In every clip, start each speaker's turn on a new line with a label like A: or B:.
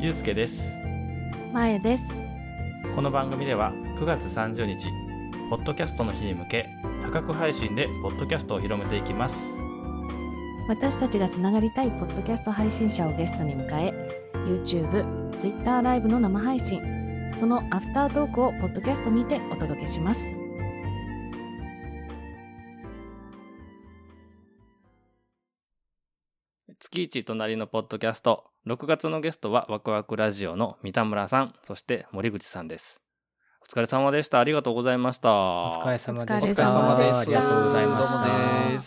A: ゆうすけです
B: まゆです。
A: この番組では9月30日ポッドキャストの日に向け多角配信でポッドキャストを広めていきます
B: 私たちがつながりたいポッドキャスト配信者をゲストに迎え、YouTube、Twitter ライブの生配信、そのアフタートークをポッドキャストにてお届けします。
A: 月一隣のポッドキャスト6月のゲストはワクワクラジオの三田村さんそして森口さんですお疲れ様でしたありがとうございました
C: お疲れ様でし
B: お疲
C: た。
B: れ様でした
C: ありがとうございまし
B: どうもで
C: た。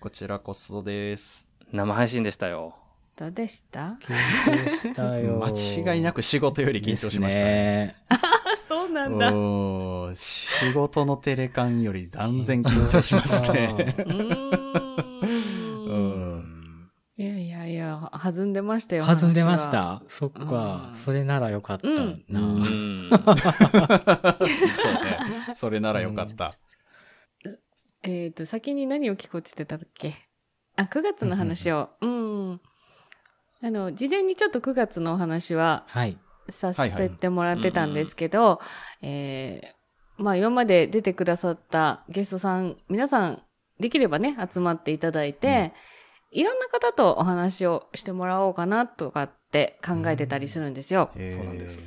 D: こちらこそです。
A: 生配信でしたよ
B: どうで した
C: 緊張したよ。
D: 間違いな
C: く
D: く仕事より緊張しましたね。
C: ね。
B: あ、そうな。
D: おー仕事のテレカンより断然緊張しますね。うん
B: いやいやいや、弾んでましたよ。
C: 弾んでまし
B: 話が。
C: た。そっか
B: うん。
C: それならよかったな。
D: う
A: うんん
D: そうね。それならよかった。
B: えっ、と、先に何を聞こうって言ってたっけあ、9月の話を。うん。あの、事前にちょっと9月のお話は
C: はい。
B: さ
D: はいは
B: せ
D: い
B: てもらってたんですけど、えーまあ今まで出てくださったゲストさん、皆さんできればね、集まっていただいて、いろんな方とお話をしてもらおうかなとかって考えてたりするんですよ。
D: へー
A: そうなんです。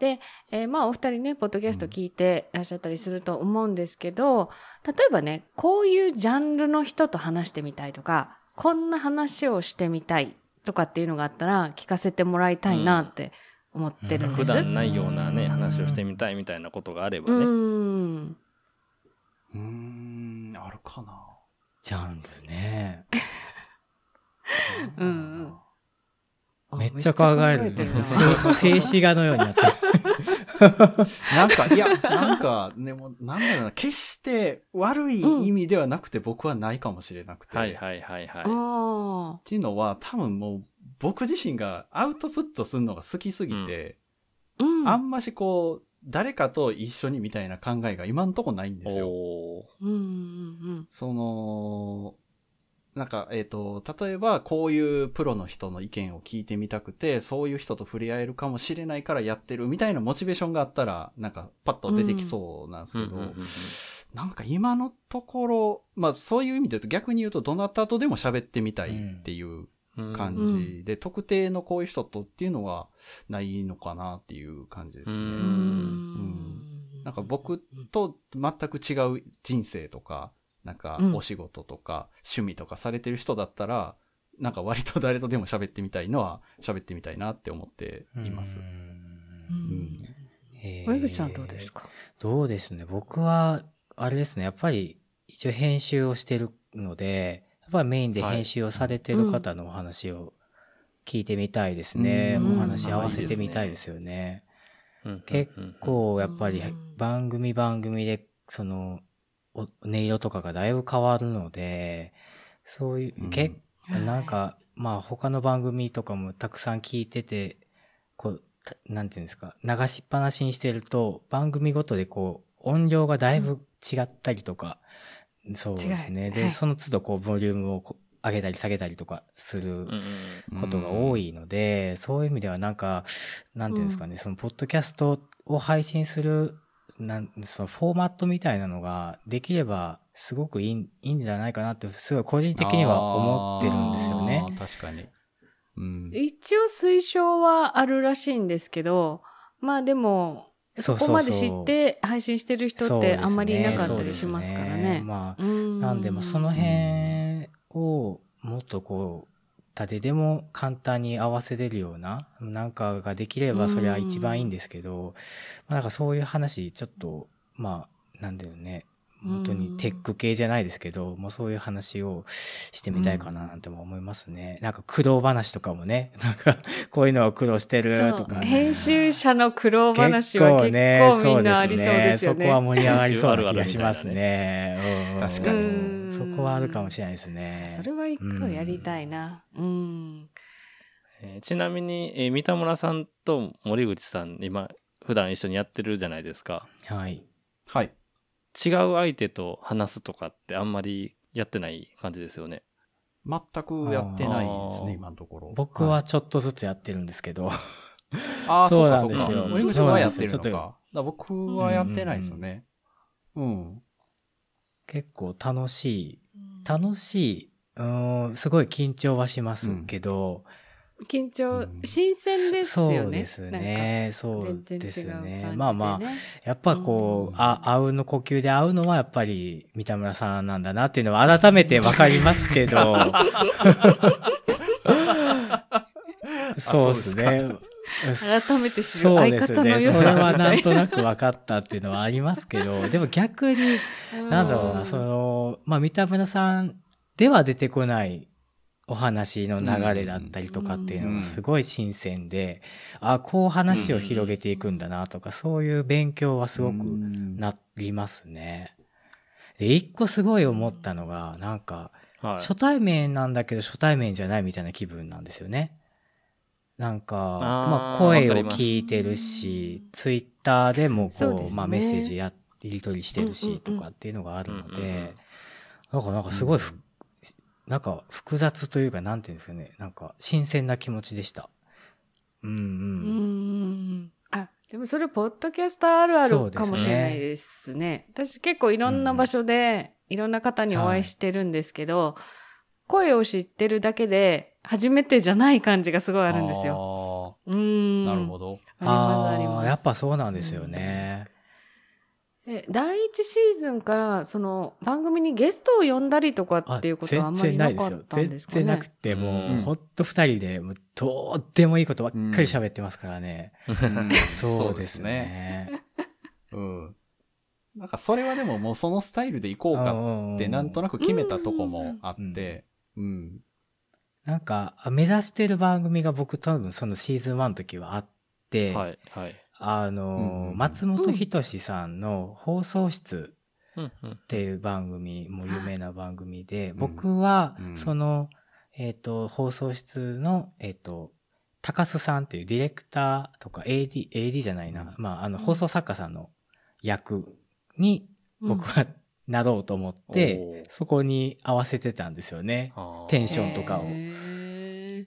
B: えーまあお二人ね、ポッドキャスト聞いてらっしゃったりすると思うんですけど、例えばね、こういうジャンルの人と話してみたいとか、こんな話をしてみたいとかっていうのがあったら聞かせてもらいたいなって思ってるんで
A: 普
B: す。
A: 段ないようなね話をしてみたいみたいなことがあればね、
B: うん。
D: うーん、あるかな。
C: ジャンルね。
B: うんうん
C: めっちゃ考える ね。静止画のようになってる。
D: なんか、いや、なんか、でも、なんだろうな、決して悪い意味ではなくて僕はないかもしれなくて。
A: はいはいはいはい
B: あ
D: っていうのは、多分もう、僕自身がアウトプットするのが好きすぎて、
B: あ。うん。
D: あんましこう、誰かと一緒にみたいな考えが今んとこないんですよ。
A: おー
B: うんうん
D: その、なんか、えっ、と、例えば、こういうプロの人の意見を聞いてみたくて、そういう人と触れ合えるかもしれないからやってるみたいなモチベーションがあったら、なんか、パッと出てきそうなんですけど、
A: うんうんうんうん
D: なんか今のところ、まあそういう意味で言うと逆に言うと、どなたとでも喋ってみたいっていう感じで、特定のこういう人とっていうのはないのかなっていう感じですね。
A: う
B: うんん。
D: んなんか僕と全く違う人生とか、なんか
B: うん
D: お仕事とか趣味とかされてる人だったら、なんか割と誰とでも喋ってみたいのは喋ってみたいなって思っています
C: う。。
B: うんん。
C: えー
B: 森口さんどうですか
C: どうですね。僕は、あれですね。やっぱり、一応編集をしてるので、やっぱりメインで
A: はい
C: 編集をされてる方のお話を聞いてみたいですね。
D: うん
C: お話合わせてみたいですよね。
A: うん
C: 結構、やっぱり
B: うん
C: 番組番組で、その、お音色とかがだいぶ変わるので、そういう、
D: うん
C: 結なん、か、まあ他の番組とかもたくさん聞いてて、こう、たなんていうんですか、流しっぱなしにしてると、番組ごとでこう、音量がだいぶ違ったりとか、そうです
B: 違
C: ね。
B: う
C: で、
B: はい
C: その都度こう、ボリュームをこう上げたり下げたりとかする
A: うんうん
C: ことが多いので、そういう意味ではなんか、なんていうんですかね、その、ポッドキャストを配信する、なんそのフォーマットみたいなのができればすごくいいんいいんじゃないかなってすごい個人的には思ってるんですよね
D: あ。ー。確かに。うん。
B: 一応推奨はあるらしいんですけど、まあでも、そ
C: そ
B: う
C: そうそう
B: こまで知って配信してる人
C: そう
B: っ
C: で
B: て
C: すね
B: あんまりいなかったりしますから
C: そうです
B: ね。
C: まあ、
B: うん
C: なんで、まあ、その辺をもっとこう、誰でも簡単に合わせれるような、なんかができればそれは一番いいんですけど、まあ、なんかそういう話、ちょっと、まあ、なんだよね。本当
B: うん
C: にテック系じゃないですけど、もうそういう話をしてみたいかななんても思いますね。なんか苦労話とかもね、なんかこういうのを苦労してると
B: そう
C: か。
B: 編集者の苦労話は結構みんなありそうですよね。
C: そこは盛り上がりそうな気がしま すね。うん
D: 確かに
B: うん
C: そこはあるかもしれないですね。
B: それは一個やりたいな。うん。
A: えーちなみに、えー三田村さんと森口さん今普段一緒にやってるじゃないですか
C: はい。
D: はい。
A: 違う相手と話すとかってあんまりやってない感じですよね
D: 全くやってないです
A: あー
D: ね、今のところ。
C: 僕
D: い
C: はちょっとずつやってるんですけど、
D: ああ、そ
C: そうう
D: か
C: な
D: そ
C: ん
D: う
C: で
D: か。
A: すよ
D: 森口さんはやってる
C: そうなんです
D: のか。
C: よ
D: だ
C: ちょっと
D: から僕はやってないですね。うん。
C: 結構楽しい。楽しい。うーん、すごい緊張はしますけど、
B: 緊張、
D: うん
B: 新鮮です
C: そ
B: よね。
C: うですね。
B: なん
C: そ
B: か。
C: う
B: 全然違
C: です
B: う感じで、
C: ね
B: ね。。
C: まあまあ、やっぱこ
D: う
C: う、
D: ん
C: あ、合うの呼吸で合うのはやっぱり三田村さんなんだなっていうのは改めてわかりますけど。 そうですね。
B: 改めて知る
C: そうです
B: 相方の良さ
C: それはなんとなく分かったっていうのはありますけど、でも逆に、
B: うん
C: なんだろうな、その、まあ三田村さんでは出てこないお話の流れだったりとかっていうのがすごい新鮮で、あ、こう話を広げていくんだなとか、そういう勉強はすごく
D: うん
C: なりますね。で、一個すごい思ったのが、なんか、
A: はい。
C: 初対面なんだけど初対面じゃないみたいな気分なんですよね。なんか、まあ声
A: わかり
C: を
A: ます
C: 聞いてるし、ツイッターでもこ
B: そう
C: う、
B: ですね
C: まあメッセージやり取りして
B: う
C: る
B: んうん
C: し
B: う
C: と
B: ん
C: かっていうのがあるので、
A: うんうんうん
C: なんかなんかすごいふ、なんか複雑というかなんていうんですかね、なんか新鮮な気持ちでした。うん
B: うん
C: うん。
B: あでもそれポッドキャスターあるあるかもしれないですね。私結構いろんな場所でいろんな方にお会いしてるんですけど、声を知ってるだけで初めてじゃない感じがすごいあるんですよ。
D: よ。
B: うーん。
D: なるほ
B: ど。
D: ど。
B: ありますあり
C: あ
B: ま
C: ー
B: す。
C: やっぱそうなんですよね。
B: え第一シーズンからその番組にゲストを呼んだりとか
C: あ
B: っていうことはあんまりなかったんですかね。
C: 全然なくて、もう、
A: うん
C: ほんと二人で、もう、どうでもいいことばっかり喋ってますからね。
D: うん
C: そうです。ね。
D: うん。なんかそれはでももうそのスタイルで行こうか
C: っ
D: ってなんと
C: な
D: なく決めたとこもあって、うん。
C: く。なんか、目指してる番組が僕多分そのシーズン1の時はあって、
A: はい。はい。
C: あ
D: うん
C: の
D: う
C: ー、
D: ん
C: 松本人志さんの放送室
A: うんうん
C: っ。ていう番組も有名な番組で、
D: ん
C: 僕は
D: う、ん
C: その、えっと、放送室の、えっと、高須さんっていうディレクターとか AD、AD じゃないな、まあ、あの、放送作家さんの役に僕はなろうと思って、
A: おー
C: そこに合わせてたんですよね。
A: あー
C: テンションとかを
B: へ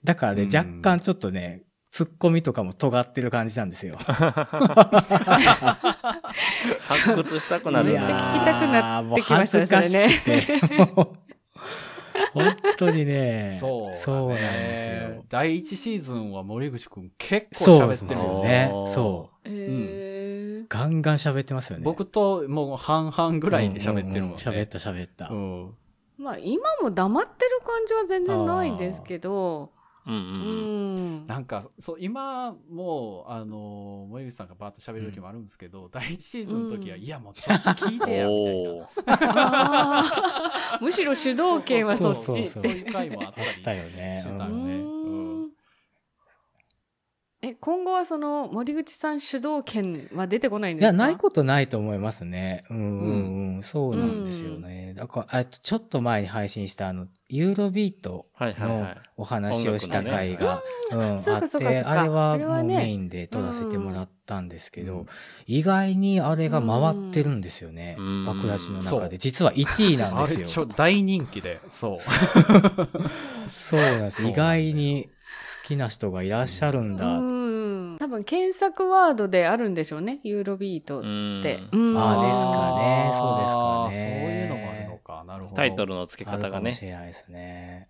B: ー
C: だからね
D: う、ん
C: 若干ちょっとね、ツッコミとかも尖ってる感じなんですよ。
A: 発掘したくなるん
B: めっ
A: だ
B: ちゃ聞きたくなってきましたね
C: いやーもう恥ずかしくて
B: そ
C: もう本当にね、
D: そうだね。
C: そうなんですよ。
D: 第一シーズンは森口くん結構
C: そう
D: 喋
C: で
D: っ
C: す
D: てるん
C: よ
D: ですよ。
C: ね
A: あー。
C: そう。
B: へー
C: ガンガン喋ってますよね。
D: 僕ともう半々ぐ
C: ぐ
D: らいで喋ってるもんね。
C: 喋った喋った
D: う。ん。
B: まあ今も黙ってる感じは全然ないですけど、
A: うんう
B: うんん。
D: なんか、そう、今、もう、あのー、森口さんがバーッと喋る時もあるんですけど、第一シーズンの時は、
B: うん
D: いや、もうちょっと聞い
A: うん。
D: てや、みたいな。
A: おー
B: あーむしろ主導権はそっ
C: そう
B: ち
C: そ
B: っ
C: うそう
D: そうい
B: て。
D: う回もあった
C: あ
D: り。
C: ったよね。
D: して
C: う
D: たよ
C: ん
D: ね
B: うんえ、今後はその森口さん主導権は出てこないん
C: い
B: ですか
C: や、ないことないと思いますね。うんうんうん。そうなんですよね。だから、えっとちょっと前に配信した、あの、ユーロビート
A: はいはいは
C: の
A: い。
C: お話をした回が、うん、あって、
B: そうかそうかそうか
C: あれは
B: あれは
C: もう
B: ね
C: メインで撮らせてもらったんですけど、
D: うん
C: 意外にあれが回ってるんですよね。
A: うん
C: 爆出しの
D: そ
C: 中
D: う
C: で。実は1位なん
D: あ
C: で
D: れ
C: す
D: ちょ
C: よ。
D: 大人気で、そう。
C: そうなんです。
D: そうなん
C: 意
D: だよ
C: 外に好きな人がいらっしゃるんだ。
B: うん。多分検索ワードであるんでしょうね。ユーロビートって。
A: うん
B: うん
C: あーですかねそうですかね
D: そういうのもあるのか、なるほど。
A: タイトルの付け
C: あ
A: 方
C: る
A: が
C: かも
A: ね
C: し。れないですね。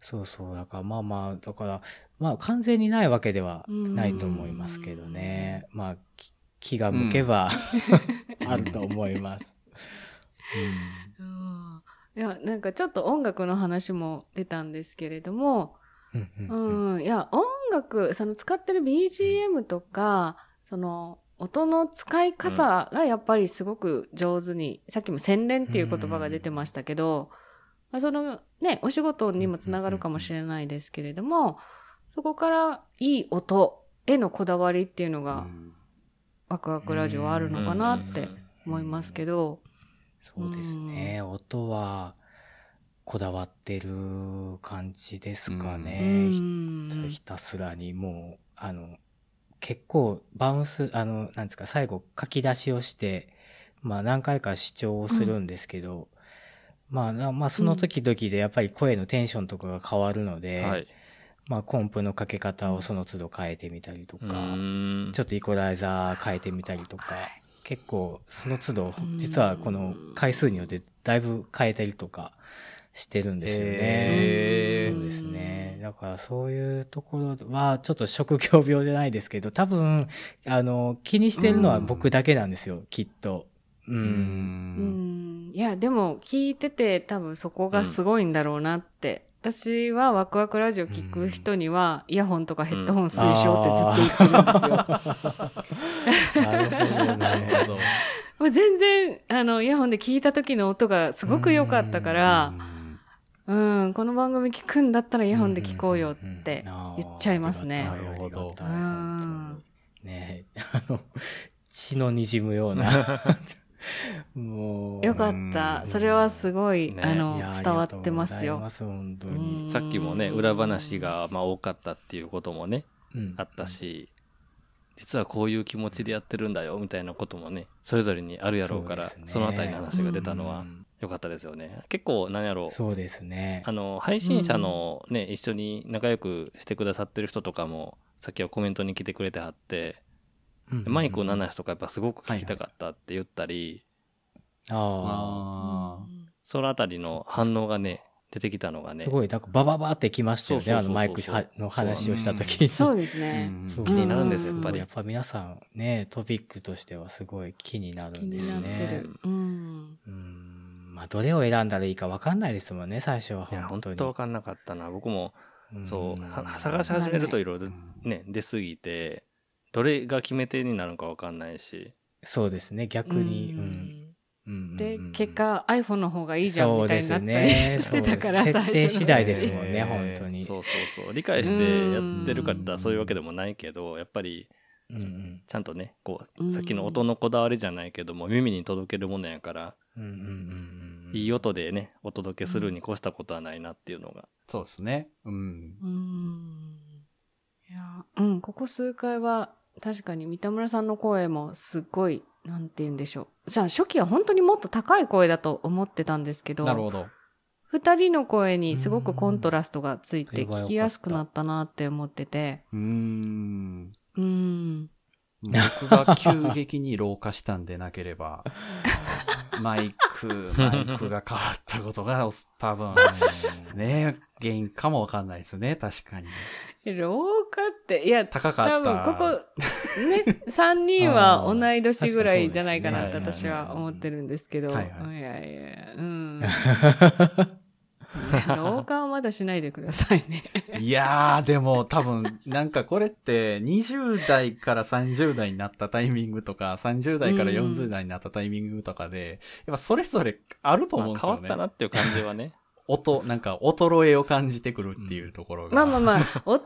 C: そうそう。だからまあまあ、だから、まあ完全にないわけではないと思いますけどね。まあ、き気が向けば、 あると思います。
B: うんいや、なんかちょっと音楽の話も出たんですけれども、
C: うんうん
B: う
C: うんうん
B: ん、いや、音楽、その使ってる BGM とか、その、音の使い方がやっぱりすごく上手に、さっきも洗練っていう言葉が出てましたけど、まあそのね、お仕事にもつながるかもしれないですけれども、そこからいい音へのこだわりっていうのが、ワクワクラジオはあるのかなって思いますけど、
C: そうですね。音は、こだわってる感じですかね。ひ
B: うん
C: ひたすらにもう、あの、結構バウンス、あの、なんですか、最後書き出しをして、まあ何回か視聴をするんですけど、まあな、まあその時々でやっぱり声のテンションとかが変わるので、
A: はい。
C: まあ、コンプのかけ方をその都度変えてみたりと
A: う
C: か、
A: ーん
C: ちょっとイコライザー変えてみたりとか
B: はい、
C: 結構その都度
B: うん、
C: 実はこの回数によってだいぶ変えたりとかしてるんですよね。
D: へー
C: そうですね。だからそういうところは、ちょっと職業病じゃないですけど、多分、あの、気にしてるのは僕だけなんですよ、きっと。う。
D: うんん。
B: うんいや、でも聞いてて多分そこがすごいんだろうなって。私はワクワクラジオ聞く人には、イヤホンとかヘッドホン推奨ってずっと言ってるんですよ。
C: なるほど
D: なる
C: ね。
D: ほど。
B: もう全然、あの、イヤホンで聞いた時の音がすごく良かったから、うん、この番組聞くんだったらイヤホンで聞こうよって。言っちゃいますね
C: あーありがたいありがたい
B: うん
C: 本当にねあの、血の滲むような。 もう。
B: よか
C: い
B: った
C: う。ん
B: それはすごい、
A: ね
B: あの
C: や、
B: 伝わってます
C: あり
B: よ
C: が。とうございます、本当
B: うん
C: に。
A: さっきもね、裏話がまあ多かったっていうこともね、
C: うん
A: あった。し、実はこういう気持ちでやってるんだよみたいなこともね、それぞれにあるやろうから、
C: そ
A: そう
C: ですね
A: のあたりの話が出たの
C: う
A: は
C: ん
A: 良かったですよね。結構なんやろう、
C: そうですね
A: あ。の、配信者のね、一緒に仲良くしてくださってる人とかも、さっきはコメントに来てくれてはって、
C: うん
A: マイクを7しとかやっぱすごく聞きたかったって言ったり、
C: あ
D: あ
A: そのあたりの反応がね、出てきたのが
C: あ。
A: ね
C: す、ごい、なんかバババってきましたよ
A: そう
C: ね、
A: そう
C: あ
A: そう
C: の
A: そう
C: マイクはの話をした時に。
B: そうです
D: あ。
B: ね。
C: そう
A: 気になるんですよやっぱり
C: やっぱ皆さんね、トピックとしてはすごい気になる
B: 気
C: んで
B: に
C: す
B: なって
C: ね
B: る。。うん。
C: うん。まあ、どれを選んだらいいかわかんないですもんね、最初はい
A: や、
C: 本
A: 本
C: 当に。
A: 当わかんなかったな。僕も、
C: ん
A: そう、は探し始めるといろいろね、出すぎて、どれが決め手になるのかわかんないし、
C: そうですね、逆に。うんうんうんうん
B: で、結、果 iPhone の方がいいじゃんみたいになったり、
C: そうですね
B: してたから
C: そう
B: 最初の
C: 設定次第ですもんね、
D: へー
C: 本当に。
A: そうそうそう、理解してやってるかって言ったらそういうわけでもないけど、やっぱり、
C: うんうん
A: ちゃんとね、こ
B: う
A: う、
B: ん
A: さっきの音のこだわりじゃないけども、耳に届けるものやから、
C: うんうんうんうん
A: いい音でね、お届けするに越したことはないなっていうのが。
D: そうですね。うん。
B: うんいやうんここ数回は確かに三田村さんの声もすっごいなんて言うんでしょうじゃあ初期は本当にもっと高い声だと思ってたんですけど
D: なるほど。
B: 二人の声にすごくコントラストがついて
C: うんそれ
B: 聞
C: は良かった
B: きやすくなったなって思ってて
D: うーん。
B: うん
D: 僕が急激に老化したんでなけ れば、マイク、マイクが変わったことが、多分、ね、原因かもわかんないですね、確かに。
B: 老化っていや
D: 高かった。
B: 多分ここね 3人は同い年ぐらいじゃないかなって
C: あー確かに
B: 私
C: そうですね
B: は思ってるんですけど、
D: はいいはい
B: やいやうん 老化はまだしないでくださいね
D: いやー、でも多分、なんかこれって、20代から30代になったタイミングとか、30代から40代になったタイミングとかで、やっぱそれぞれあると思うん
A: ま
D: で
A: あ
D: す
A: 変わ
D: よ
A: っ
D: ね。
A: たなっていう感じはね。
D: 音、なんか衰えを感じてくるっていうところが。
B: まあまあま あ衰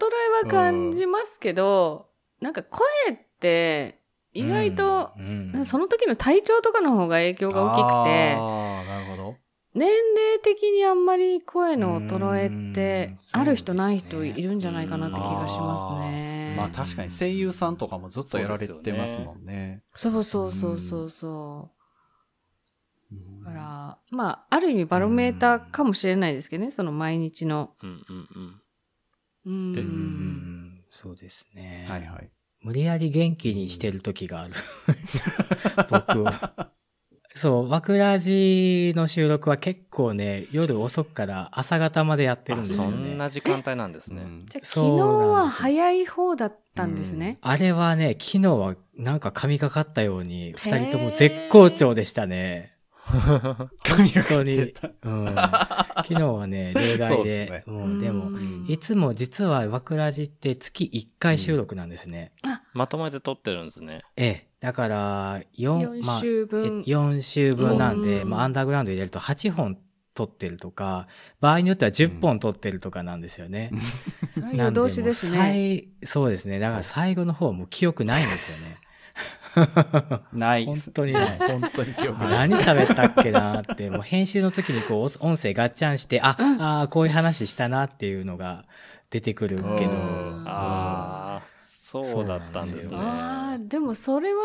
B: えは感じますけど、なんか声って意外と、
C: うんうん
B: その時の体調とかの方が影響が大きくて
D: ああ、なるほど。
B: 年齢的にあんまり声の衰えっ
C: う
B: て
C: んそう
B: ある人ない人
C: です
B: い
C: ね
B: るんじゃないかなって気がしますね。
D: まあ確かに声優さんとかもずっとやられてますもんね。
B: そうそうそうそうそう。
D: うん
B: だから、まあ、ある意味バロメーターかもしれないですけどね、その毎日の。
A: うんうんうん。
B: う。
A: で
C: うんうんうんんそうですね。
D: はいはい。
C: 無理やり元気にしてる時がある。 僕を。そう、枠ラジの収録は結構ね、夜遅くから朝方までやってるん
A: あ
C: ですよ
A: そん
C: ね。
A: な時間帯なんですね。
B: じゃあ昨
C: そう
B: 日
C: なんですよ
B: は早い方だったんですね。
C: あれはね、昨日はなんか神がかったように、二人とも絶好調でしたね。
D: 髪が
C: 本当
D: 出
C: に。
D: た。
C: うん、昨日はね、 例
D: そ
C: 外
D: うですね
C: で。もうでも、
B: うん
C: いつも実は枠ラジって月1回収録なんですね。
A: まとめて撮ってるんですね。
C: ええ。だから、4、ま
B: 4
C: あ、
B: 週
C: え
B: 分。
C: 4週分なん
B: そうなんで
C: で、
B: す
C: まあ、アンダーグラウンド入れると8本撮ってるとか、場合によっては10本撮ってるとかなんですよね。
B: それは
C: な
B: 夜
C: んでも
B: 通し
C: う
B: ですね。
C: 最そうですね。だから最後の方はもう記憶ないんですよね。
D: ないで
C: 本
D: す。
C: 当にない。
D: 本当に記憶ない。
C: 何喋ったっけなーって、もう編集の時にこう音声ガッチャンして、あ、あーこういう話したなっていうのが出てくるけ
D: う
C: ど、
D: ん
A: ああ、そうだったんですね。
B: ああ、でもそれは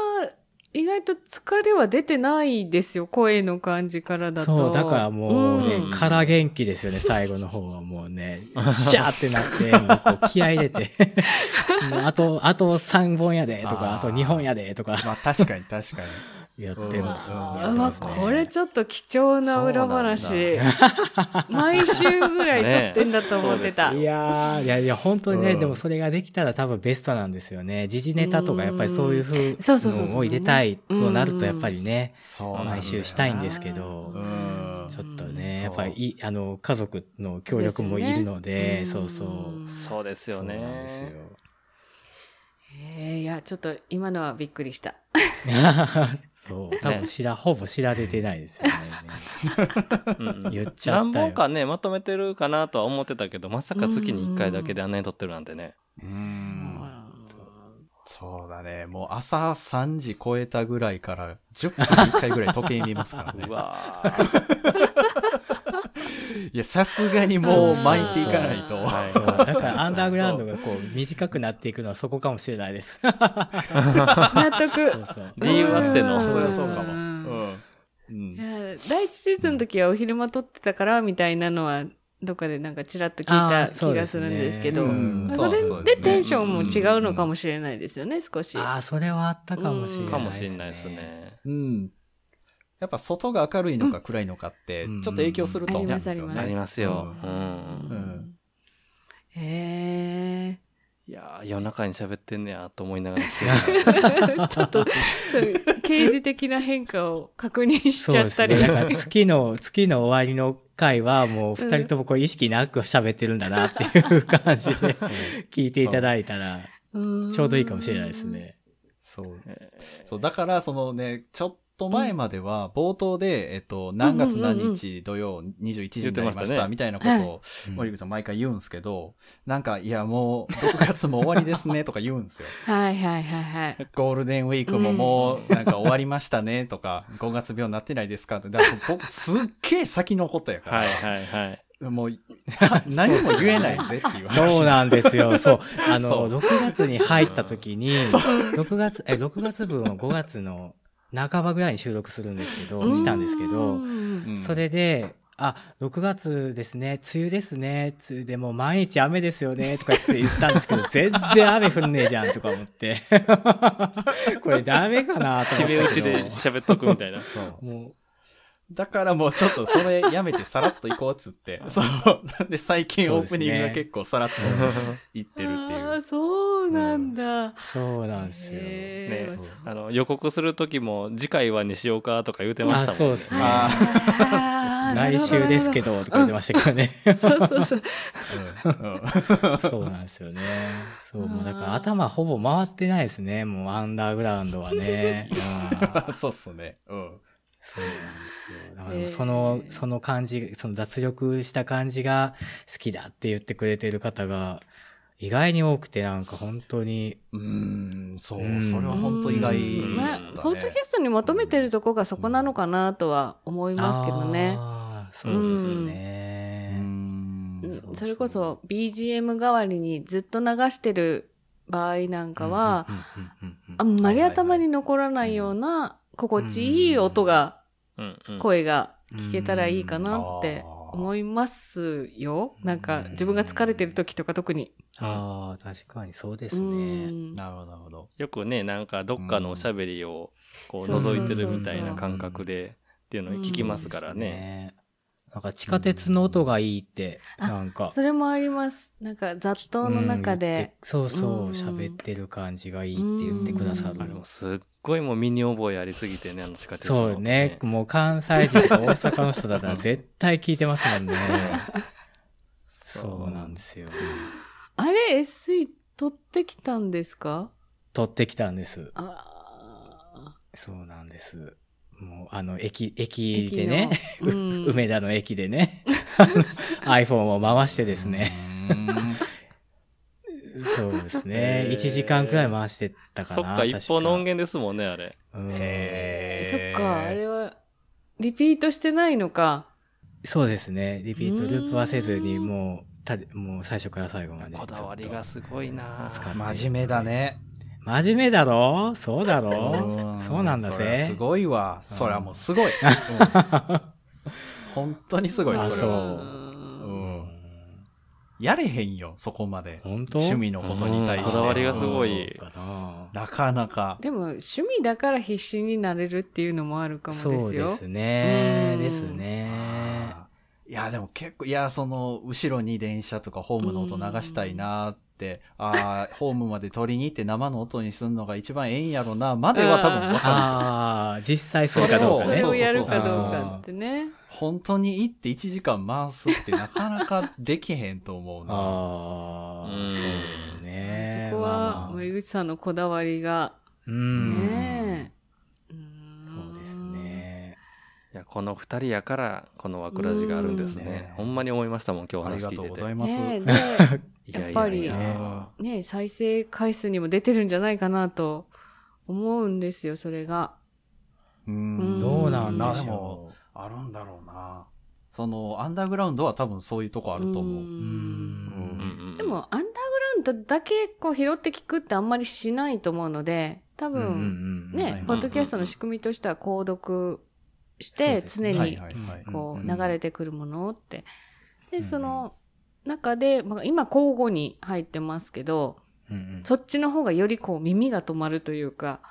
B: 意外と疲れは出てないですよ、声の感じからだと。
C: そう、だからもうね、
B: ん
C: から元気ですよね、最後の方はも うね、シャーってなって、もうこう気合い入れて、もうあと、あと3本やでとか、
D: あー
C: あと2本やでとか
D: まあ確かに確かに。
C: やってます。
D: う
B: う
D: わ
C: やって
B: わ、
C: ますね
B: これちょっと貴重な裏
A: そう
B: 話。毎週ぐらい撮ってんだと思ってた。
C: いやーいやいや、本当にね、
D: うん
C: でもそれができたら多分ベストなんですよね。時事ネタとかやっぱりそういう風
B: そうそうそうそう
C: のを入れたいとなるとやっぱりね、
D: そうなんだよな
C: 毎週したいんですけど
D: う、
B: うん
C: ちょっと
D: うん
C: ね、やっぱりいあの、家族の協力もいるので、そうそう。
A: そうですよ
C: そうなんですよ
A: ね。
B: えーいや、ちょっと今のはびっくりした。
C: そう。多分知ら、ほぼ知られてないですよね。
A: うんうん
C: 言っちゃ
A: 何
C: ったよ
A: 本。かね、まとめてるかなとは思ってたけど、まさか月に1回だけであんなに撮ってるなんてね。
D: うん。そうだね。もう朝3時超えたぐらいから10分に1回ぐらい時計見ま すからね
A: う。わー
D: いや、さすがにもう巻いていかないと。
A: はい
C: そうだからアンダーグラウンドがこう短くなっていくのはそこかもしれないです。
B: 納得。
C: そうそう。
A: 理由あっての
B: ん
D: そりゃそうかも。う
B: い
D: ん。
B: や第一シーズンの時はお昼間撮ってたからみたいなのはどっかでなんかちらっと聞いた気がするんですけど、
C: あーそうですね
D: うん
B: まあ
D: そう
B: そ
D: そう
B: れ
D: で
B: です
D: ね
B: テンションも違うのかもしれないですよね少し。
C: ああ、それはあったかもしれない、
B: うん
A: かもしれないです。ね。
D: うん。やっぱ外が明るいのか暗いのかって、ちょっと影響すると思うんですよ
B: うん
A: あり
D: ね。
A: ますよ。う。
B: うん
D: ん
B: へえ。
A: いやー夜中に喋ってんねやと思いながら聞いて た
B: ちょっとそういう刑事的な変化を確認し
C: そう
B: ちゃ
C: で
B: った
C: す
B: り。
C: ね。なんか月の、月の終わりの回はもう二人ともこう意識なく喋ってるんだなっていう感じで 聞いていただいたら
B: うん
C: ちょうどいいかもしれないです。ね。
D: そう。
A: え
D: そう、だから、そのね、ちょっと前までは、冒頭で、えっと、何月何日土曜21時に
A: 言
D: なりま
A: ってま
D: し
A: した
D: た、
A: ね
D: みたいなことを、
C: うん
D: 森口さん毎回言うんですけど、なんか、いや、もう、6月も終わりですね、とか言うんですよ。
B: はいはいはいはい。
D: ゴールデンウィークももう、なんか終わりましたね、とか、5月病になってないですかって、だから僕、すっげえ先のことやから、
A: はいはいはい。
D: もう、 は何も言えないぜっていう話。
C: そうなんですよ。そう。あ
D: そう
C: の、6月に入った時に、6月、 え、6月分を5月の半ばぐらいに収録するんですけど、したんですけ
B: う
C: ど、
B: ん
D: うん
C: それで、あ、6月ですね、梅雨ですね、梅雨でもう毎日雨ですよね、とかって言ったんです けど、全然雨降んねえじゃん、とか思って。これダメかな、と思
A: 決
C: っ
A: め打
C: て。
A: ちで喋っとくみたいな。
C: も
D: だからもうちょっとそれやめてさらっと行こうっつって。そう。なんで最近オープニングが結構さらっと行ってるって
B: あ
D: い
B: あ
D: う。
B: そうなんだ
C: う、。そうなんですよ。
B: へー
A: ね
B: そう
A: あの予告する時も次回はにしようかとか言うてまし
C: あ、
A: た
C: そう
A: もん
C: で
A: ね。
C: すね。
D: あ
B: あーなる
C: 来
B: ほど
C: 週です けど、とか言ってましたけど ね。
B: そうそうそう。
D: うんうん
C: そうなんですよね。そう、もうだから頭ほぼ回ってないですね。もうアンダーグラウンドはね。 うん
D: そうっすね。うん。
C: そうなんですよ。だから
B: へ
C: も
B: ー
C: うその、その感じ、その脱力した感じが好きだって言ってくれてる方が意外に多くてなんか本当に、
D: うーん、そう。
C: うん
D: それは本当意外
A: うん
B: ま
D: だ
B: あ
D: ね。
B: ポッドキャストに求めてるとこがそこなのかなとは思いますけどね。
C: あーそうですね。
D: うん
B: うん
C: そうそう
B: それこそ BGM 代わりにずっと流してる場合なんかは、
C: うんうんうん
B: あ
C: うんうん、
B: んまり頭に残らないような心地いい音が、
A: うんうん
B: 声が聞けたらいいかなって思いますよ。
C: うん
B: なんか自分が疲れてる時とか特に。
C: ああ、確かにそうで
B: う
C: すね。
B: ん
D: なるほど、なるほど。
A: よくね、なんかどっかのおしゃべりをこう
B: そうそうそ
A: 覗
B: う
A: いてるみたいな感覚でっていうのを聞きますからね。
C: そうですね。なんか地下鉄の音がいいって、
B: うん
C: なんか。
B: それもあります。なんか雑踏の中で。
C: うん言ってそうそう
B: うん
C: 喋ってる感じがいいって言ってくださる、
B: うん
A: あれもすっごいもう身に覚えありすぎてね、あの地下鉄の音
C: そうねもう関西人とか大阪の人だったら絶対聞いてますもんねそうなんですよ
B: あれ SE 取ってきたんですか
C: 取ってきたんです
B: あ
C: そうなんですもうあの駅
B: ー
C: 駅でね、
B: 駅 のうん
C: 梅田の駅 でねあの iPhone を回してですね
D: うーん。
C: そうですね
A: へー
C: 1時間くらい回してたかな
A: そっか、一方
C: 方
A: の音源ですもんね、あれ。
D: へ
B: そ
D: ー
B: っか、あれは、リピートしてないのか。
C: そうですね。リピートループはせずに、
B: うーん
C: もう、た、もう最初から最後まで。
A: こだわりが
C: ず
A: すごいな
C: ずっと使っ
A: ぁ
C: て
D: 真面目だね。
C: っと真面目だろそうだろ
D: うん
C: そうなんだぜ
D: そりゃすごいわ。
C: うん
D: そりゃもうすごい。うん本当にすごい、
C: あ
D: それは。
C: そう
D: うんやれへんよ、そこまで。
C: 本当
D: 趣味のことに対して。
A: うんこだわりがすごい
C: そうかな
D: なかなか。
B: でも趣味だから必死になれるっていうのもあるかもですよ。
C: そうですね
B: うん
C: ですね
D: あーいや、でも結構、いや、その、後ろに電車とかホームの音流したいなーって、 ああ、ホームまで取りに行って生の音にするのが一番ええんやろな、までは多分わかるんですよ。
C: ああ、実際そうかどうか
B: そ
C: ね。
B: れ
D: そ
B: を
D: う
B: や
D: そ
B: る
D: うそ
B: か
D: う
B: どうかってね。
D: 本当に行って1時間回すってなかなかできへんと思うな。
C: あ
A: う
C: あ、
A: ん
C: そうですね。
B: そこ
C: ま
B: は
C: あまあ
B: 森口さんのこだわりが
C: う
D: うん
C: ん。
B: ねえ。うん
C: そうです。ね。
A: いや、この二人やから、この枠ラジがあるんです
D: うん
A: ね
D: ね。
A: ほんまに思いましたもん、今日
D: あり
A: 話
D: が
A: 聞い
D: とう
A: て
D: ご
A: て。
D: ざいます。
B: ねえ
D: ね
B: で
A: いやいやいや
B: やっぱり
D: あ
B: ねえ再生回数にも出てるんじゃないかなと思うんですよそれが。
D: う
B: うん
D: ん。
C: どうなんで
D: まあ
C: し
D: で
C: ょ
D: もあるんだろうな。その、アンダーグラウンドは多分そういうとこあると思
B: う
C: う。
D: う。
C: うん
A: うん
C: ん。
A: うん
B: でもアンダーグラウンドだけこう拾って聞くってあんまりしないと思うので多
C: うんうんう
B: 分
C: ん
B: ね、
D: はいはい
B: ポッドキャストの仕組みとしては購読し
C: そう
B: て
C: です
B: 常
C: ね
B: に
D: はいはい
C: うん
B: こ
C: う
B: うん流れてくるものって。
C: う
B: で
C: んうん
B: その中で、まあ、今交互に入ってますけど
C: うん
B: そっちの方がよりこう耳が止まるというか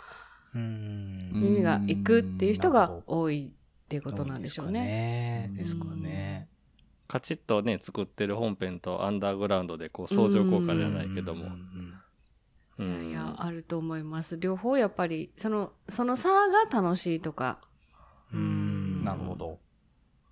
C: う
D: うん
C: ん。
B: 耳が行くっていう人
D: なる
B: が
D: ほ
B: 多いっていうことなんでしょうね。
C: どうですかね。ですかね。
A: カチッとね、作ってる本編とアンダーグラウンドで、こう、相乗効果じゃないけど
C: うん
A: も。う
B: いや
A: ん
B: いやあると思います。両方やっぱりそのその差が楽しいとか
C: うんうん。うん
D: なるほど。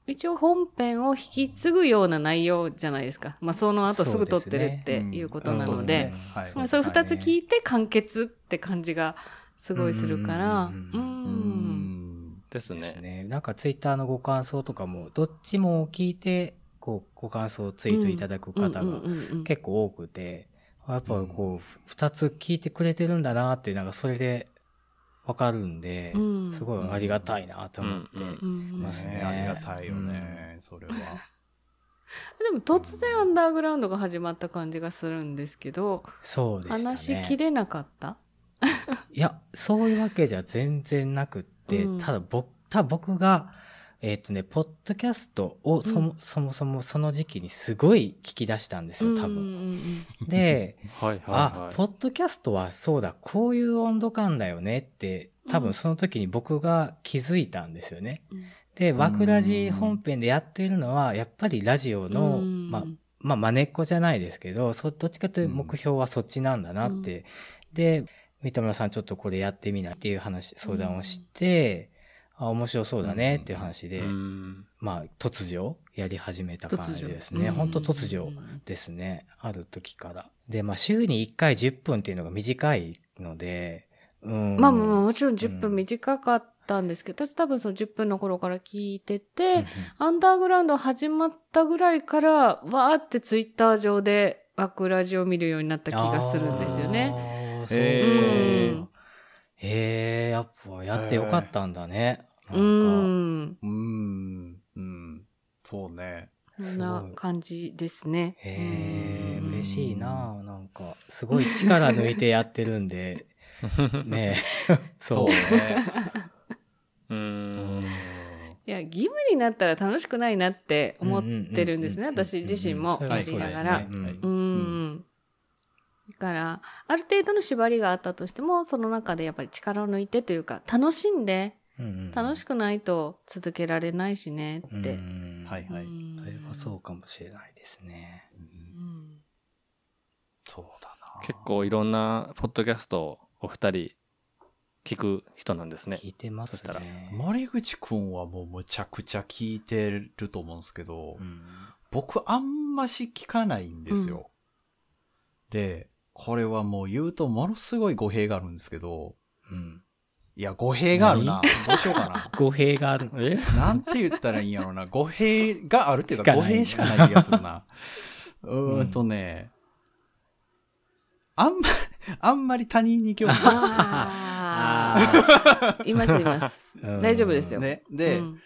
B: 一応本編を引き継ぐような内容じゃないですか。まあその後すぐ撮ってるっていうことな
D: そ
B: ので
D: うで。すねはい
B: まあそういう二つ
C: ね
B: 聞いて完結って感じがすごいするから。う
C: う
B: ん。
D: うんん。
A: ですね。
C: ね。なんかツイッターのご感想とかも、どっちも聞いて、こう、ご感想をツイートいただく方
B: うん
C: が
B: うんうんうん
C: 結構多くて、やっぱこう、二つ聞いてくれてるんだなって、なんかそれでわかるんで、
B: うん
C: すごいありがたいなと思って。
A: うんうん
B: うん
C: ま
B: です
C: ね
D: ねありがたいよね。それは。
B: も突然アンダーグラウンドが始まった感じがするんですけど、
C: そうでしたね。
B: 話しきれなかった
C: いや、そういうわけじゃ全然なくって、
B: うん
C: ただ僕、ただ僕が、えっ、とね、ポッドキャストをそも,、そもそもその時期にすごい聞き出したんですよ、多
B: うん う
C: 分。
B: んうん
C: で、
A: はい
C: あ
A: は、い
C: ポ
A: は
C: ッドキャストはそうだ、こういう温度感だよねって、多分その時に僕が気づいたんですよね。
B: うん
C: で、
D: ん
C: ワクラジ本編でやってるのは、やっぱりラジオの、
B: うん
C: まあ、まあ、真似っこじゃないですけど、そどっちかというと目標はそっちなんだなって。で、三田村さんちょっとこれやってみないっていう話、相談をして、あ、面白そうだねっていう話
A: い。
C: で、
A: うん
C: まあ、突如やり始めた感じです
B: う
C: ね。
B: ん
C: 本当突如ですね。ある時から。で、まあ、週に1回10分っていうのが短いので、うん。
B: まあまあまあもちろん10
C: うん
B: 分短かったんですけど、私多分その10分の頃から聞いてて、
C: うんうん
B: アンダーグラウンド始まったぐらいから、わーってツイッター上でワクラジを見るようになった気がするんですよね。
C: あー。そう
D: へ
B: ー
C: か。へえ、やっぱやってよかったんだね。
B: う
C: なんか、
B: ん。
D: うん。うん。そうね。
B: そんな感じですね。
C: へえ、
B: うん
C: 嬉しいなあなんか、すごい力抜いてやってるんで、 ねえ、
D: そ
C: そう。
D: うね。
A: う。
D: うん
B: いや、義務になったら楽しくないなって思ってるんですね、
C: うううう
B: 私自身も
C: それ
B: や
C: は
B: り
C: そうで
B: な
C: す
B: が
C: ね
B: ら。
D: そうですね
B: う
C: うん
B: ん。だから、ある程度の縛りがあったとしても、その中でやっぱり力を抜いてというか、楽しんで、
C: うん
B: 楽しくないと続けられないしね
C: く
B: って。
D: はいはい。
B: うん
C: それはそうかもしれないですね。
D: うん
B: うん
D: そうだな。
A: 結構いろんなポッドキャストをお二人聞く人なんですね。
C: 聞いてます
A: そしたら
C: ね。
D: 森口くんはもうむちゃくちゃ聞いてると思うんですけど、
C: うん
D: 僕あんまし聞かないんですよ。で、これはもう言うとものすごい語弊があるんですけど、
C: うん
D: いや、語弊があるな。どうしようか
C: 語弊が ある。
A: え
D: な。なんて言ったらいいんやろうな。語弊があるっていう
C: し
D: か、
C: か
D: 語
C: ない
D: 弊しかない気がするな。うーんとね、あんま、 あんまり他人に興味が
B: あ
C: あ
B: ーいますいます。
C: ー
B: 大丈夫です
D: な
B: よ
D: い。ね。で、
B: うん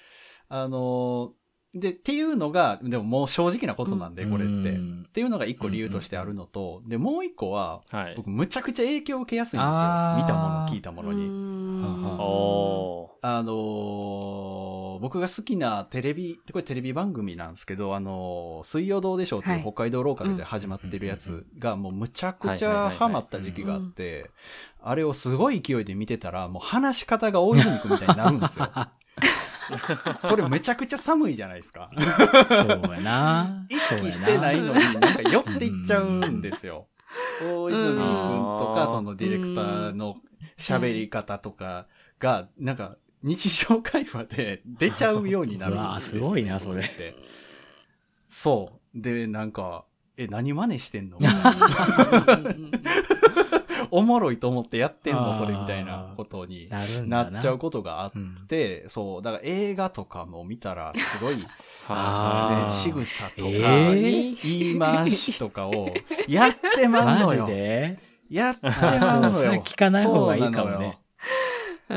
D: あのーで、っていうのが、でももう正直なことなんで、これって。
C: うん
D: っていうのが一個理由としてあるのと、で、もう一個は、
A: はい。
D: 僕むちゃくちゃ影響を受けやすいんですよ。
C: あー
D: 見たもの、聞いたものに。
C: はあ
A: おー。
D: あのー僕が好きなテレビ、これテレビ番組なんですけど、あのー水曜どうでしょうってい
B: は
D: う
B: い
D: 北海道ローカルで始まってるやつが、もうむちゃくちゃハマった時期があって、あれをすごい勢いで見てたら、もう話し方が大泉君みたいになるんです よ。それめちゃくちゃ寒いじゃないですか。
C: そう やな。
D: 意識してないのになんか寄っていっちゃうんですよ。大泉君とか
A: うん
D: そのディレクターの喋り方とかが、なんか日常会話で出ちゃうようになるん
C: うわー
D: です
C: すごいなそれ
D: ってそう。で、なんか、え、何真似し てんのおもろいと思ってやってんのそれみたいなことに
C: なるんだな。
D: なっちゃうことがあっ
C: うん。
D: て、そう。だから映画とかも見たらすごい、ね、
A: は
C: あー
D: 仕草とか、
C: えー
D: 言い回しとかをやってまうの
C: マジ
D: よ。
C: で
D: やってまう の
C: それ
D: よ。
C: 聞かない方がいいかもね
D: そう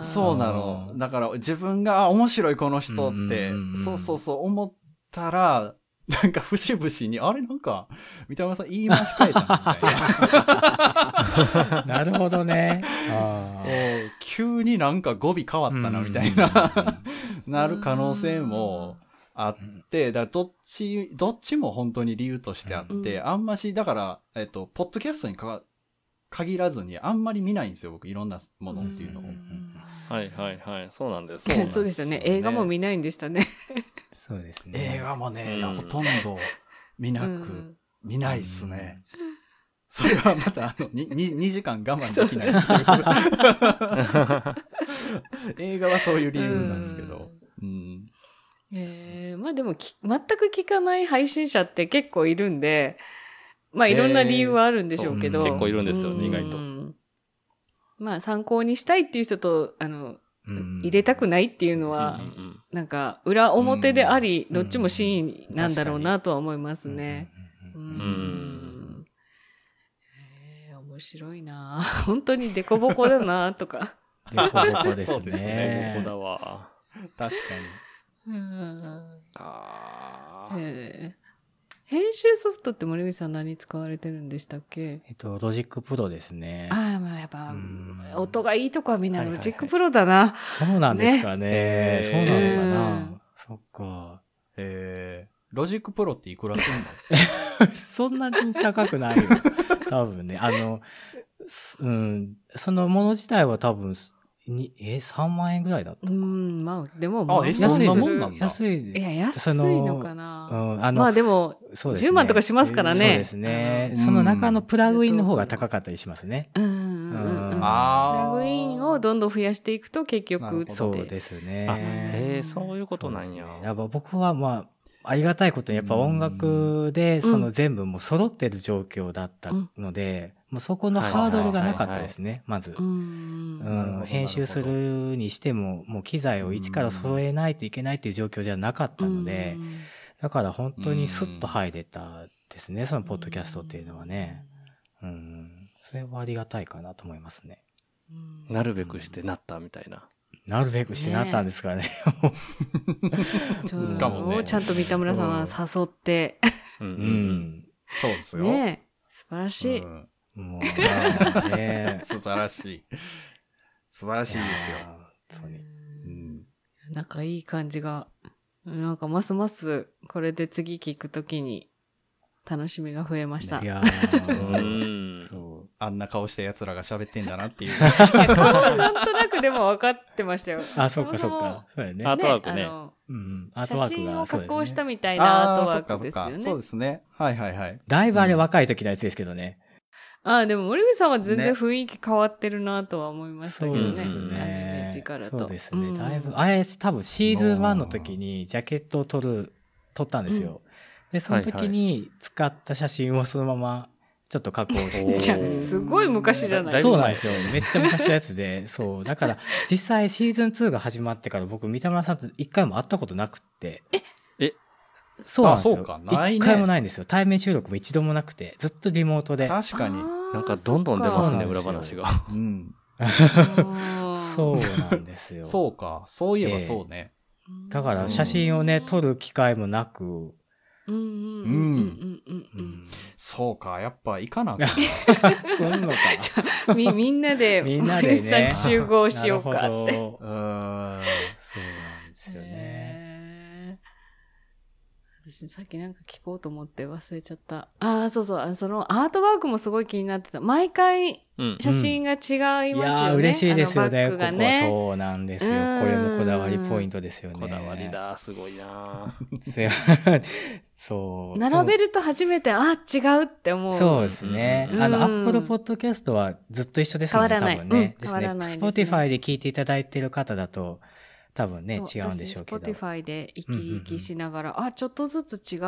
B: う
D: のよ。
B: ん
D: そうなの。だから自分が、あ、面白いこの人って
C: うんうんうんう、ん
D: そうそうそう思ったら、なんか節々に、あれなんか、三田村さん言い回し変えた なみたいな。
C: なるほどね。あー
D: おう急になんか語尾変わったなみたいな、なる可能性もあっ
C: うん
D: で、だからどっち、どっちも本当に理由としてあって、
B: うん
D: あんまし、だから、えっと、ポッドキャストにか限らずに、あんまり見ないんですよ、僕、いろんなものっていうのを。
A: はいはいはい。そうなんです。
D: そうなんですよね
B: そうですよね。映画も見ないんでしたね。
C: そうですね。
D: 映画もね、
A: うん
D: ほとんど見なく、
B: うん
D: 見ないっすね。それはまた、あの、に、 に、2時間我慢できないっていう。映画はそういう理由なんですけど。うん。
B: えーまあでもき全く聞かない配信者って結構いるんで、まあいろんな理由はあるんでしょうけど。
C: えーそう結構い
A: るんですよね意外と
B: うん。まあ参考にしたいっていう人と、あの、
C: うん
B: 入れたくないっていうの
A: う
B: は
A: ん、うん
B: なんか裏表であり、
C: うん
B: どっちも真意なんだろうなとは思いますね。。
C: う
B: うんん
A: ん
B: えー面白いな ぁ本当にデコボコだなぁとか。
C: でこぼこで
D: そ
C: す
D: うです
A: ね
C: ね。
A: ここだわ。
D: 確か
B: うん
A: あー
B: えー編集ソフトって森口さん何使われてるんでしたっけ
C: えっと、ロジックプロですね。
B: ああ、まあやっぱ
C: うん、
B: 音がいいとこはみんな
A: はいはい
B: ロ
A: はい
B: ジックプロだな。
C: そうなんですかね。
A: ね
C: そうなのか
B: う。
C: なんそっか。
D: に。えー、ロジックプロっていくらすんの
C: そんなに高く ないよ。多分ね。あの、すうん、そのもの自体は多分、にえ、3万円ぐらいだった。
B: うん、まあでも、
D: あ
B: まあ
D: え
C: 安い
D: そんなもんなんだ
C: 安い。
B: いや、安
C: そ
B: い
C: の
B: のか
C: う
B: な。
C: ん、あの、
B: まあでも、
C: そうですね。
B: 10万とかしますからね
C: そうですね。
D: うん
C: その中のプラグインの方が高かったりしますね。
B: うんうんうんうん。
C: う
B: プ
C: ん
B: ラ
D: ー
B: グインをどんどん増やしていくと結
D: なるほ
B: 局
D: ど
B: っ
C: そう
B: て。
C: ですね。
A: あ、
B: へ
A: えー、そういうことなんや
C: そうで。すねやっぱ僕はまあ、ありがたいことにやっぱ音楽でその全部もう揃ってる状況だったので、もうそこのハードルがなかったですね、まず。
B: う。
C: うん
D: なるほど
C: ん、編集するにしても、もう機材を一から揃えないといけないっていう状況じゃなかったので、だから本当にスッと入れたですね、そのポッドキャストっていうのはね。うん、それはありがたいかなと思いますね。
B: うん。
A: なるべくしてなったみたいな。
C: なるべくしてなったんですからね。
B: ち
C: うん
D: かもね
B: ょちゃんと三田村さんは誘って。
A: うんうん
C: う
A: うん
C: ん。
D: そうですよ。
B: ねえ素晴らしい。
D: うん
C: もう、ね
D: 素晴らしい。素晴らしいですよ
C: い。やー本当に。
D: うん
B: なんかいい感じが。なんかますますこれで次聞くときに楽しみが増えました。
C: い
B: いや
C: や
A: う
C: ー
A: ん。
C: そ
D: あんな顔した奴らが喋ってんだなっていう。
B: 顔はなんとなくでも分かって ましたよ。
C: う。あ、そっかそっ
B: もも
C: か。そうやね。
A: あアートワークね
B: あの
C: うんうん。アート
B: 写
C: ワーク
B: 真を
C: が、そう
B: 加
C: です
B: 工した
C: ね。
B: みたいなアー
D: ああ
B: ト
D: ー、そ
B: ワ
D: っ
B: ー
D: か
B: ク
D: そっ
B: ですよ
D: か。
B: ね。
D: そうですね。はいはいはい。
C: だいぶあれ若い時のやつですけどね。
B: ああ、でも森口さんは全
D: ね
B: 然雰囲気変わってるなとは思いましたけど
C: そう
B: ね。
C: です
B: あのイメー
C: ね
B: ジから。と。
C: そうです
B: ん
C: ね。だいぶ、あれ多分シーズン1の時にジャケットを撮る、撮ったんですよ。で、その時に使った写真をそのままちょっと加工し
A: お
C: て。
A: ー
B: じゃあ、すごい昔じゃない
A: だいぶ
C: そうなんですよ。めっちゃ昔のやつで、 そう。だから、実際シーズン2が始まってから僕、三田村さんと一回も会ったことなくって。
A: え
C: そうなんです
D: あそうか
C: よ。
D: ないね
C: 一回もないんですよ。対面収録も一度もなくて、ずっとリモートで。
D: 確かに。
A: なんかどんどん出ますね、
C: そうなんで
A: 裏
C: すよ
A: 話が。
D: うん。
B: そ
C: そうなんですよ。
D: そうか。そういえばそうね。
B: うん。
C: だから、写真をね、撮る機会もなく、
B: うんうんうんうんうんうん
D: そうか、やっぱ行かなあかん
C: 来んのか。
B: み、みんなで、
C: み
B: 森
C: んなでね
B: 口さん集合しよう
C: な
B: か
C: る
B: っ
C: ほ
B: て。
C: ど
D: うーん。
C: そうなんですよね。
B: へー私さっきなんか聞こうと思って忘れちゃった。ああ、そうそうあの。そのアートワークもすごい気になってた。毎回
A: うん。
B: 写真が違いますよね。
C: いやー嬉しいですよね
B: あのバッグが
C: ここはそうなんですよ
B: うん
C: これもこだわりポイントですよね
A: こだわりだ、すごいな
C: そうそう
B: 並べると初めて、ああ、違うって思う。
C: そうですね。
A: うん
C: あの、
B: うん
C: アップルポッドキャストはずっと一緒ですもんね、
B: 変わら
C: 多
B: ない
C: 分ね。
B: うん
C: ですね
B: 変わら。ないですね
C: Spotify で聞いていただいてる方だと、多分ね、
B: そ
C: 違うんでしょうけど。
B: 私 Spotify で生き生きしながら、あ、ちょっとずつ違うと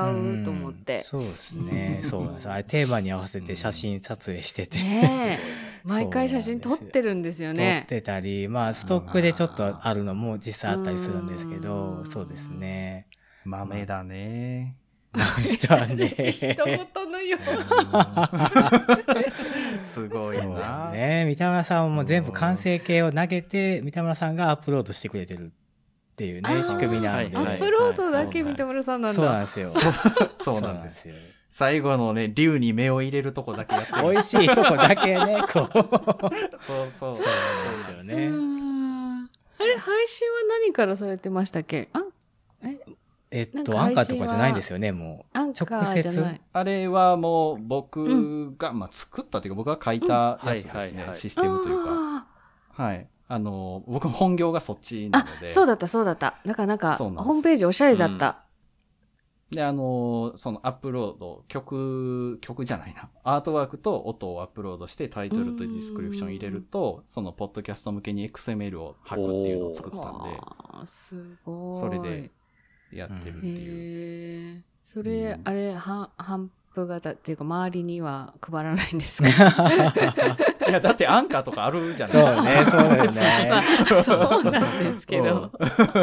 B: 思っ
C: うん
B: て。
C: そうですね。そうなんです。あれ、テーマに合わせて写真撮影してて。
B: ねえ
C: すごい
B: 毎回写真撮ってるんですよね
C: 撮っ。てたり、まあ、ストックでちょっとあるのも実際あったりするんですけど
B: う、ん
C: そうですね。
D: 豆だ
C: だね。
D: ね。
B: 人事のよう。
D: すごい
C: そう
D: な。
C: ね。三田村さんはもう全部完成形を投げて、三田村さんがアップロードしてくれてるっていう
B: あー
C: ね、仕組みなんで。
B: ア
A: はい
B: ップロードだけ三田村さんなん
C: そうなん
B: だ。
C: ですよ。
D: そうなんです。
C: よ。
D: 最後のね、竜に目を入れるとこだけやって
C: 美
D: る。
C: 味しいとこだけね、こう。そう
D: そうそう。そ
C: な
D: う
C: んですよ
B: う
C: ね。
B: んあれ、配信は何からされてましたっけあ
C: えっ
B: なん
C: と、
B: か
C: アンカーとかじゃないんですよね、も
B: アンカーじゃない。
D: あれはもう僕が、まあ、作ったというか僕が書いたや
A: う
D: つ
A: んは
D: です
A: いはい
D: ね
A: は。い
D: システムというか。
B: あ
D: はい。あの、僕本業がそっち
B: ー
D: な
B: あ
D: ので。
B: そうだった、そうだった。なんか、なんか、
D: そうなんです
B: ホームページおしゃれだった。
D: で、あのーそのアップロード、曲、曲じゃないな。アートワークと音をアップロードしてタイトルとディスクリプション入れると、そのポッドキャスト向けに XML を貼くっていうのを作ったんで、
B: あーすごい。
D: それでやってるっていう。
B: へえ。それ、
D: うん
B: あれ、は、反布型っていうか、周りには配らないんです
C: う。
B: か
D: いや、だってアンカーとかあるじゃない
C: そ
D: ですか。
C: うね、そうだ よ
B: ま
C: ね。
B: あそうなんです けど。唯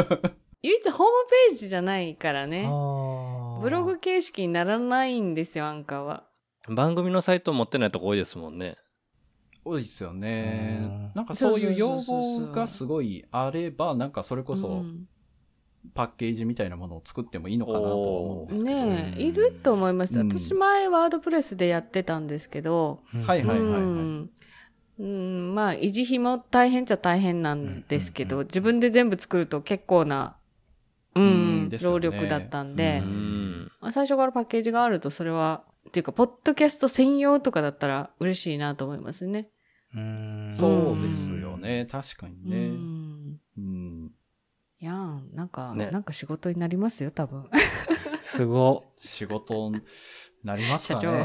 B: 一ホームページじゃないからね。ブログ形式にならないんですよ、アンカーは。
A: 番組のサイト持ってないとこ多いですもんね。
D: 多いですよ
C: う
D: ね
C: ん。
D: なんかそういう
B: そ
D: 要
B: うそうそうそうそう
D: 望がすごいあれば、なんかそれこ
B: う
D: そ
B: ん
D: パッケージみたいなものを作ってもいいのかなとは思うんですけど。
B: ねえ、
C: うん
B: いると思います。
D: うん
B: 私前、ワードプレスでやってたんですけど、
D: はいはいはいはい
B: うんうん、まあ、維持費も大変っちゃ大変なんですけど、
C: うんうんうん
B: 自分で全部作ると結構な、うん、
D: うんですよね
B: 労力だったんで、
A: う
C: うんん。
B: まあ、最初からパッケージがあると、それは、っていうか、ポッドキャスト専用とかだったら嬉しいなと思いますね。
C: うん
D: そうですよ。ね。確かに
B: う
D: ね。
B: ん。
D: うん。
B: いやん、なんか、
A: ね
B: なんか仕事になりますよ、多分。
C: すごっ。
D: 仕事になりますかね。
B: 社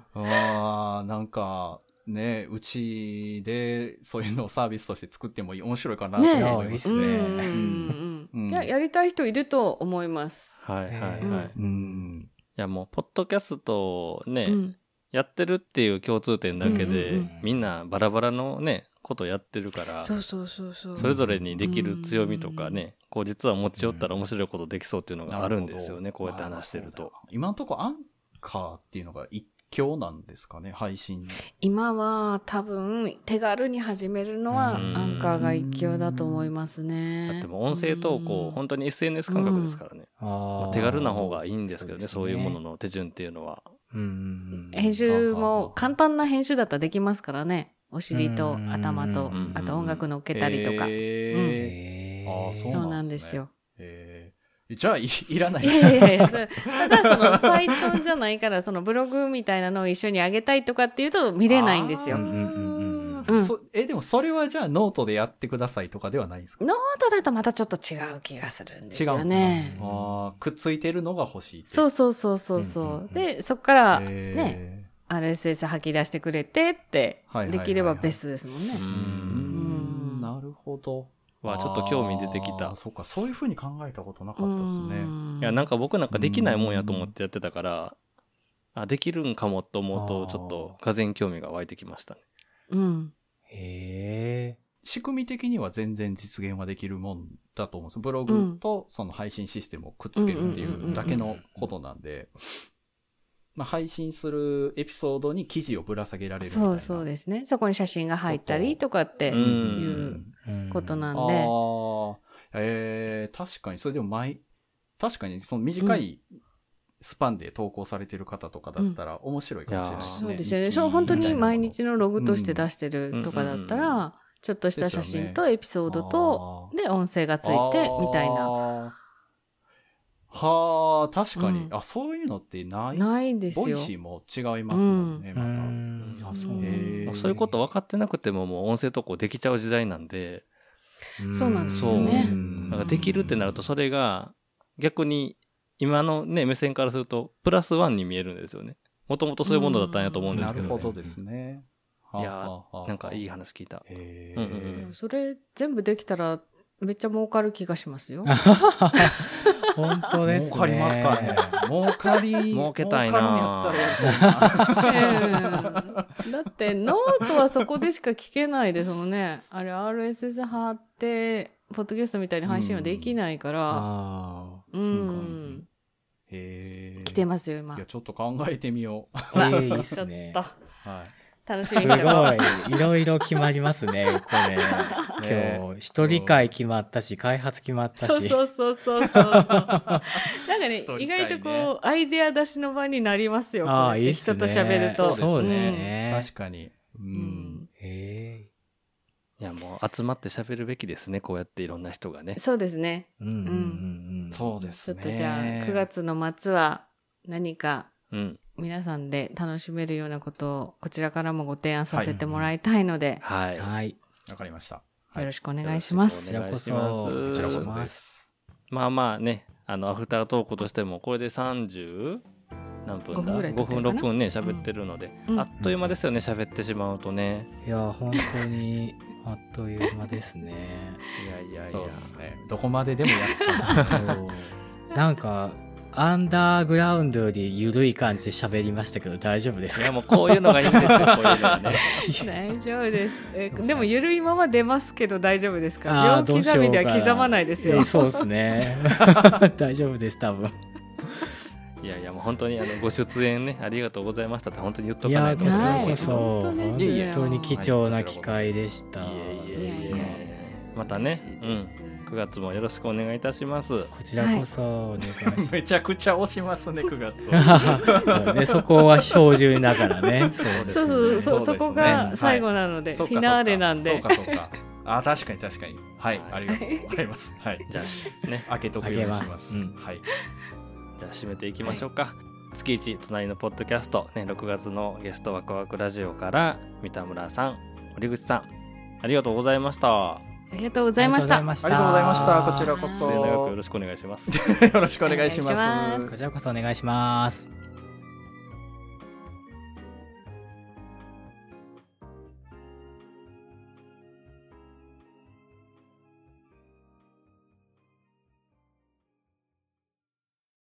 D: あーなんか、ね、うちでそういうのをサービスとして作ってもいい面白いかなと
B: ねえ
D: 思いま
C: う
D: す
B: うんん
D: ね。
B: うんうんう。
D: うんん
B: いや、やりたい人いると思います。
A: はいはいはい。
B: うん
A: い
D: うん。
A: やもう、ポッドキャストをね、
B: うん。
A: やってるっていう共通点だけで、
B: うんうん
C: うん
A: みんなバラバラのね、ことやってるから、
B: そうそうそうそう。
A: それぞれにできる強みとかね、こう実は持ち寄ったら面白いことできそうっていうのがあるんですよね、こうやって話してる
D: あー
A: と。。
D: そうだ今のところアンカーっていうのが一強なんですかね、配信の。
B: 今は多分手軽に始めるのは
C: うん
B: アンカーが一強だと思いますね。
A: だってもう音声投稿、
B: うん
A: 本当に SNS 感覚ですからね。
C: あ
A: まあ
C: ー
A: 手軽な方がいいんですけどね、そう
C: そうですね
A: いうものの手順っていうのは。
C: うんうんうん
B: 編集も簡単な編集だったらできますからね。お尻と頭と
C: うん
A: うんう、ん
B: あと音楽乗っけたりとか。
D: え
C: へ
D: ーあーそう
B: そう
D: な
B: なんん
D: で
B: です
D: ね
B: すよ。
D: えーじゃあい、 いらない
B: いやいやいや、そただそのサイトじゃないから、そのブログみたいなのを一緒に上げたいとかっていうと見れないんですよ。
D: あー
B: ノー
C: うんうんうん
B: うん
D: そえ、でもそれはじゃあノートでやってくださいとかではないんですか
B: トだとまたちょっと違う気がするんです
D: 違う
B: よ
D: んです
B: ね。
C: ね
D: あーくっついてるのが欲しいってい
B: そうそうそうそうそう。
C: うんうんうん
B: で、そっから
D: へー
B: ね、RSS 吐き出してくれてって
D: はいはいはい
B: で
D: はい
B: きればベストですもんね。
A: う
D: うー
A: ん。
D: んなるほど。
A: は、ちょっと興味出てき
D: あー
A: た。
D: そうか、そういうふうに考えたことなかったですね。
A: いや、なん
B: か
A: か僕なんかできないもんやと思ってやってたから、あ、できるんかもと思うと、ちょっと、が然興味が湧いてきましたね。
B: うん。
C: へえ。
D: 仕組み的には全然実現はできるもんだと思うんですブログとその配信システムをくっつけるっていうだけのことなんで、まあ、配信するエピソードに記事をぶら下げられるみたい
B: そ
D: な。
B: うそうですね。そこに写真が入ったりとかって
A: うん
B: いうこと
C: ん
B: なんで。
D: ああ、えー、確かに、それでも毎、確かに、その短いスパンで投稿されてる方とかだったら面白いかもしれない
A: あ
D: です
A: ー
D: ね。
B: そうですよね。
D: 日記
B: そう、本当
D: みた
B: に
D: いなの
B: 毎日のログとして出してるとか
A: うんうんう
B: だった
A: んうん
B: ら、ちょっとした写真とエピソードと、で、音声がついて、みたいな。
D: な。はあ、確かに、
B: うん
D: あ、そういうのってない。
B: ないです
D: ボイ
B: よ。
D: シーも違いますもんね、
C: う
D: また。
C: んあそう
B: うん
D: へえ
A: もうそういうこと分かってなくてももう音声投稿できちゃう時代なんで、
B: そうなんですよ
A: ね
C: うん
A: だからできるってなるとそれが逆に今のね、目線からするとプラスワンに見えるんですよね。もともとそういうものだったんやと思うんで
D: な
A: すけ
D: る
A: ど、ね。
D: ほどですね。
A: いやー
D: はあはあはあ
A: なんかいい。話聞いた。
D: へ
A: うんうん
B: で
D: え
B: も。それ、全部できたら、めっちゃ儲かる気がします よ。
C: 本当ですね。
D: 儲かりますかね。儲かり、
A: 儲けたいな
D: 儲かるんやったらやりたいな
B: うん だってノートはそこでしか聞けないですもんね。あれ RSS 貼って、ポッドキャストみたいに配信はできないから。
C: あ
B: う
C: そ
B: ん。
D: へえ。
B: 来てますよ、今。
D: い
B: や
D: や、ちょっと考えてみよう。
C: あ。え ーいいっすね
B: っ。た。
D: はい。
B: 楽しみ
C: す
B: に
C: ご
B: してま
C: い。いろいろ決まりますね、こ れ。
D: ね
C: 今日、一人会決まったし、開発決まっ
B: す。
C: た
B: そう
C: し。
B: そうそうそうそう。なんかね
D: 撮、り
B: 意
D: たいね
B: 外とこう、アイデア出しの場になりますよ。
C: あ
B: こ
C: あ、
B: う
C: いい
B: や
C: っ
B: っ
C: す
B: て人
C: ね。
B: と喋ると。
C: そうです
D: え
C: ね
D: 確。かに。う。
B: うんん。
C: え
A: いや、もう集まって喋るべきですね。こうやっていろんな人がね。
B: そうですね。
C: え。うんうんうんうん。
D: そうで
B: ち
D: す
B: ょっ
D: ね。
B: とじゃあ、9月の末は何か
A: うん。
B: 皆さんで楽しめるようなことをこちらからもご提案させてもらいたいので、
A: はい。
C: はい。
D: わかりました。
B: よろしくお願いします。
A: よろしくお願いします
C: こちらこそこ
D: こちらこ
C: そ
D: そ
C: で
D: です。
A: まあまあね、あの、アフタートークとしても、これで30何分だ
B: 5分ぐらい経ってるかな
A: 6分ね、喋ってるので、
B: うん
A: あっという間ですよね、喋ってしまうとね。
C: いや、本当に、あっという間で すね。
A: いやいやい
D: そう
A: や
D: で。すね。どこまででもやっちゃ
C: そうなんか、アンダーグラウンドより緩い感じで喋りましたけど、大丈夫で
A: い
C: すか
A: や、もうこういうのがいいんですよ、こういうのは ね。
B: 大丈夫です。えでも緩いまま出ますけど大丈夫です
C: あ
B: か
C: ー
B: 秒
C: どうしよ
B: 刻
C: う
B: みで
C: か
B: は刻まないですよ
C: え。そうで すね。大丈夫です、多分。
A: いやいや、もう本当に、あの、ご出演ね、ありがとうございましたって、本当に言っと
C: い
A: かな
C: や、
A: いと
C: こ
A: 思
C: ち
A: う
B: や
C: ら
B: い
C: こそ、
B: はい本当ですよ
C: 本当に貴重な機会でした。
A: いえいえい
B: いやいや
A: え。またね、う
B: 嬉しい
A: ん
B: で。す
A: 9月もよろしくお願いいたします。
C: こちらこそ、お願いしま
D: う。
C: す。
D: めちゃくちゃ押しますね、9月を。
C: そうね、そこは標準だからね。
B: そうそうそう、そこが最後なので、
D: そうか
B: フィナーレなん
D: そう
B: で。
D: かそうか。あ、確かに確かに。はい
A: はい、
D: ありがとうございます。 はい。
A: じゃあし、ね、
D: 開けとくようにし
C: 開け
D: ま
C: ます
D: す。
C: うん
D: はい。
A: じゃあ締めていきましょうか、月一隣のポッドキャスト、ね、6月のゲストワクワクラジオから三田村さん堀口さんありがとうございました
B: ありがとうございました。
D: ありがとうございました。こちら
B: こ
D: こ
B: そ
D: そ。
A: 末永くよ
D: よ
A: ろしくお願いします
D: ろしくお願いし
B: お願いし
D: ま
B: ますす
C: こ。ちらこそお願いします。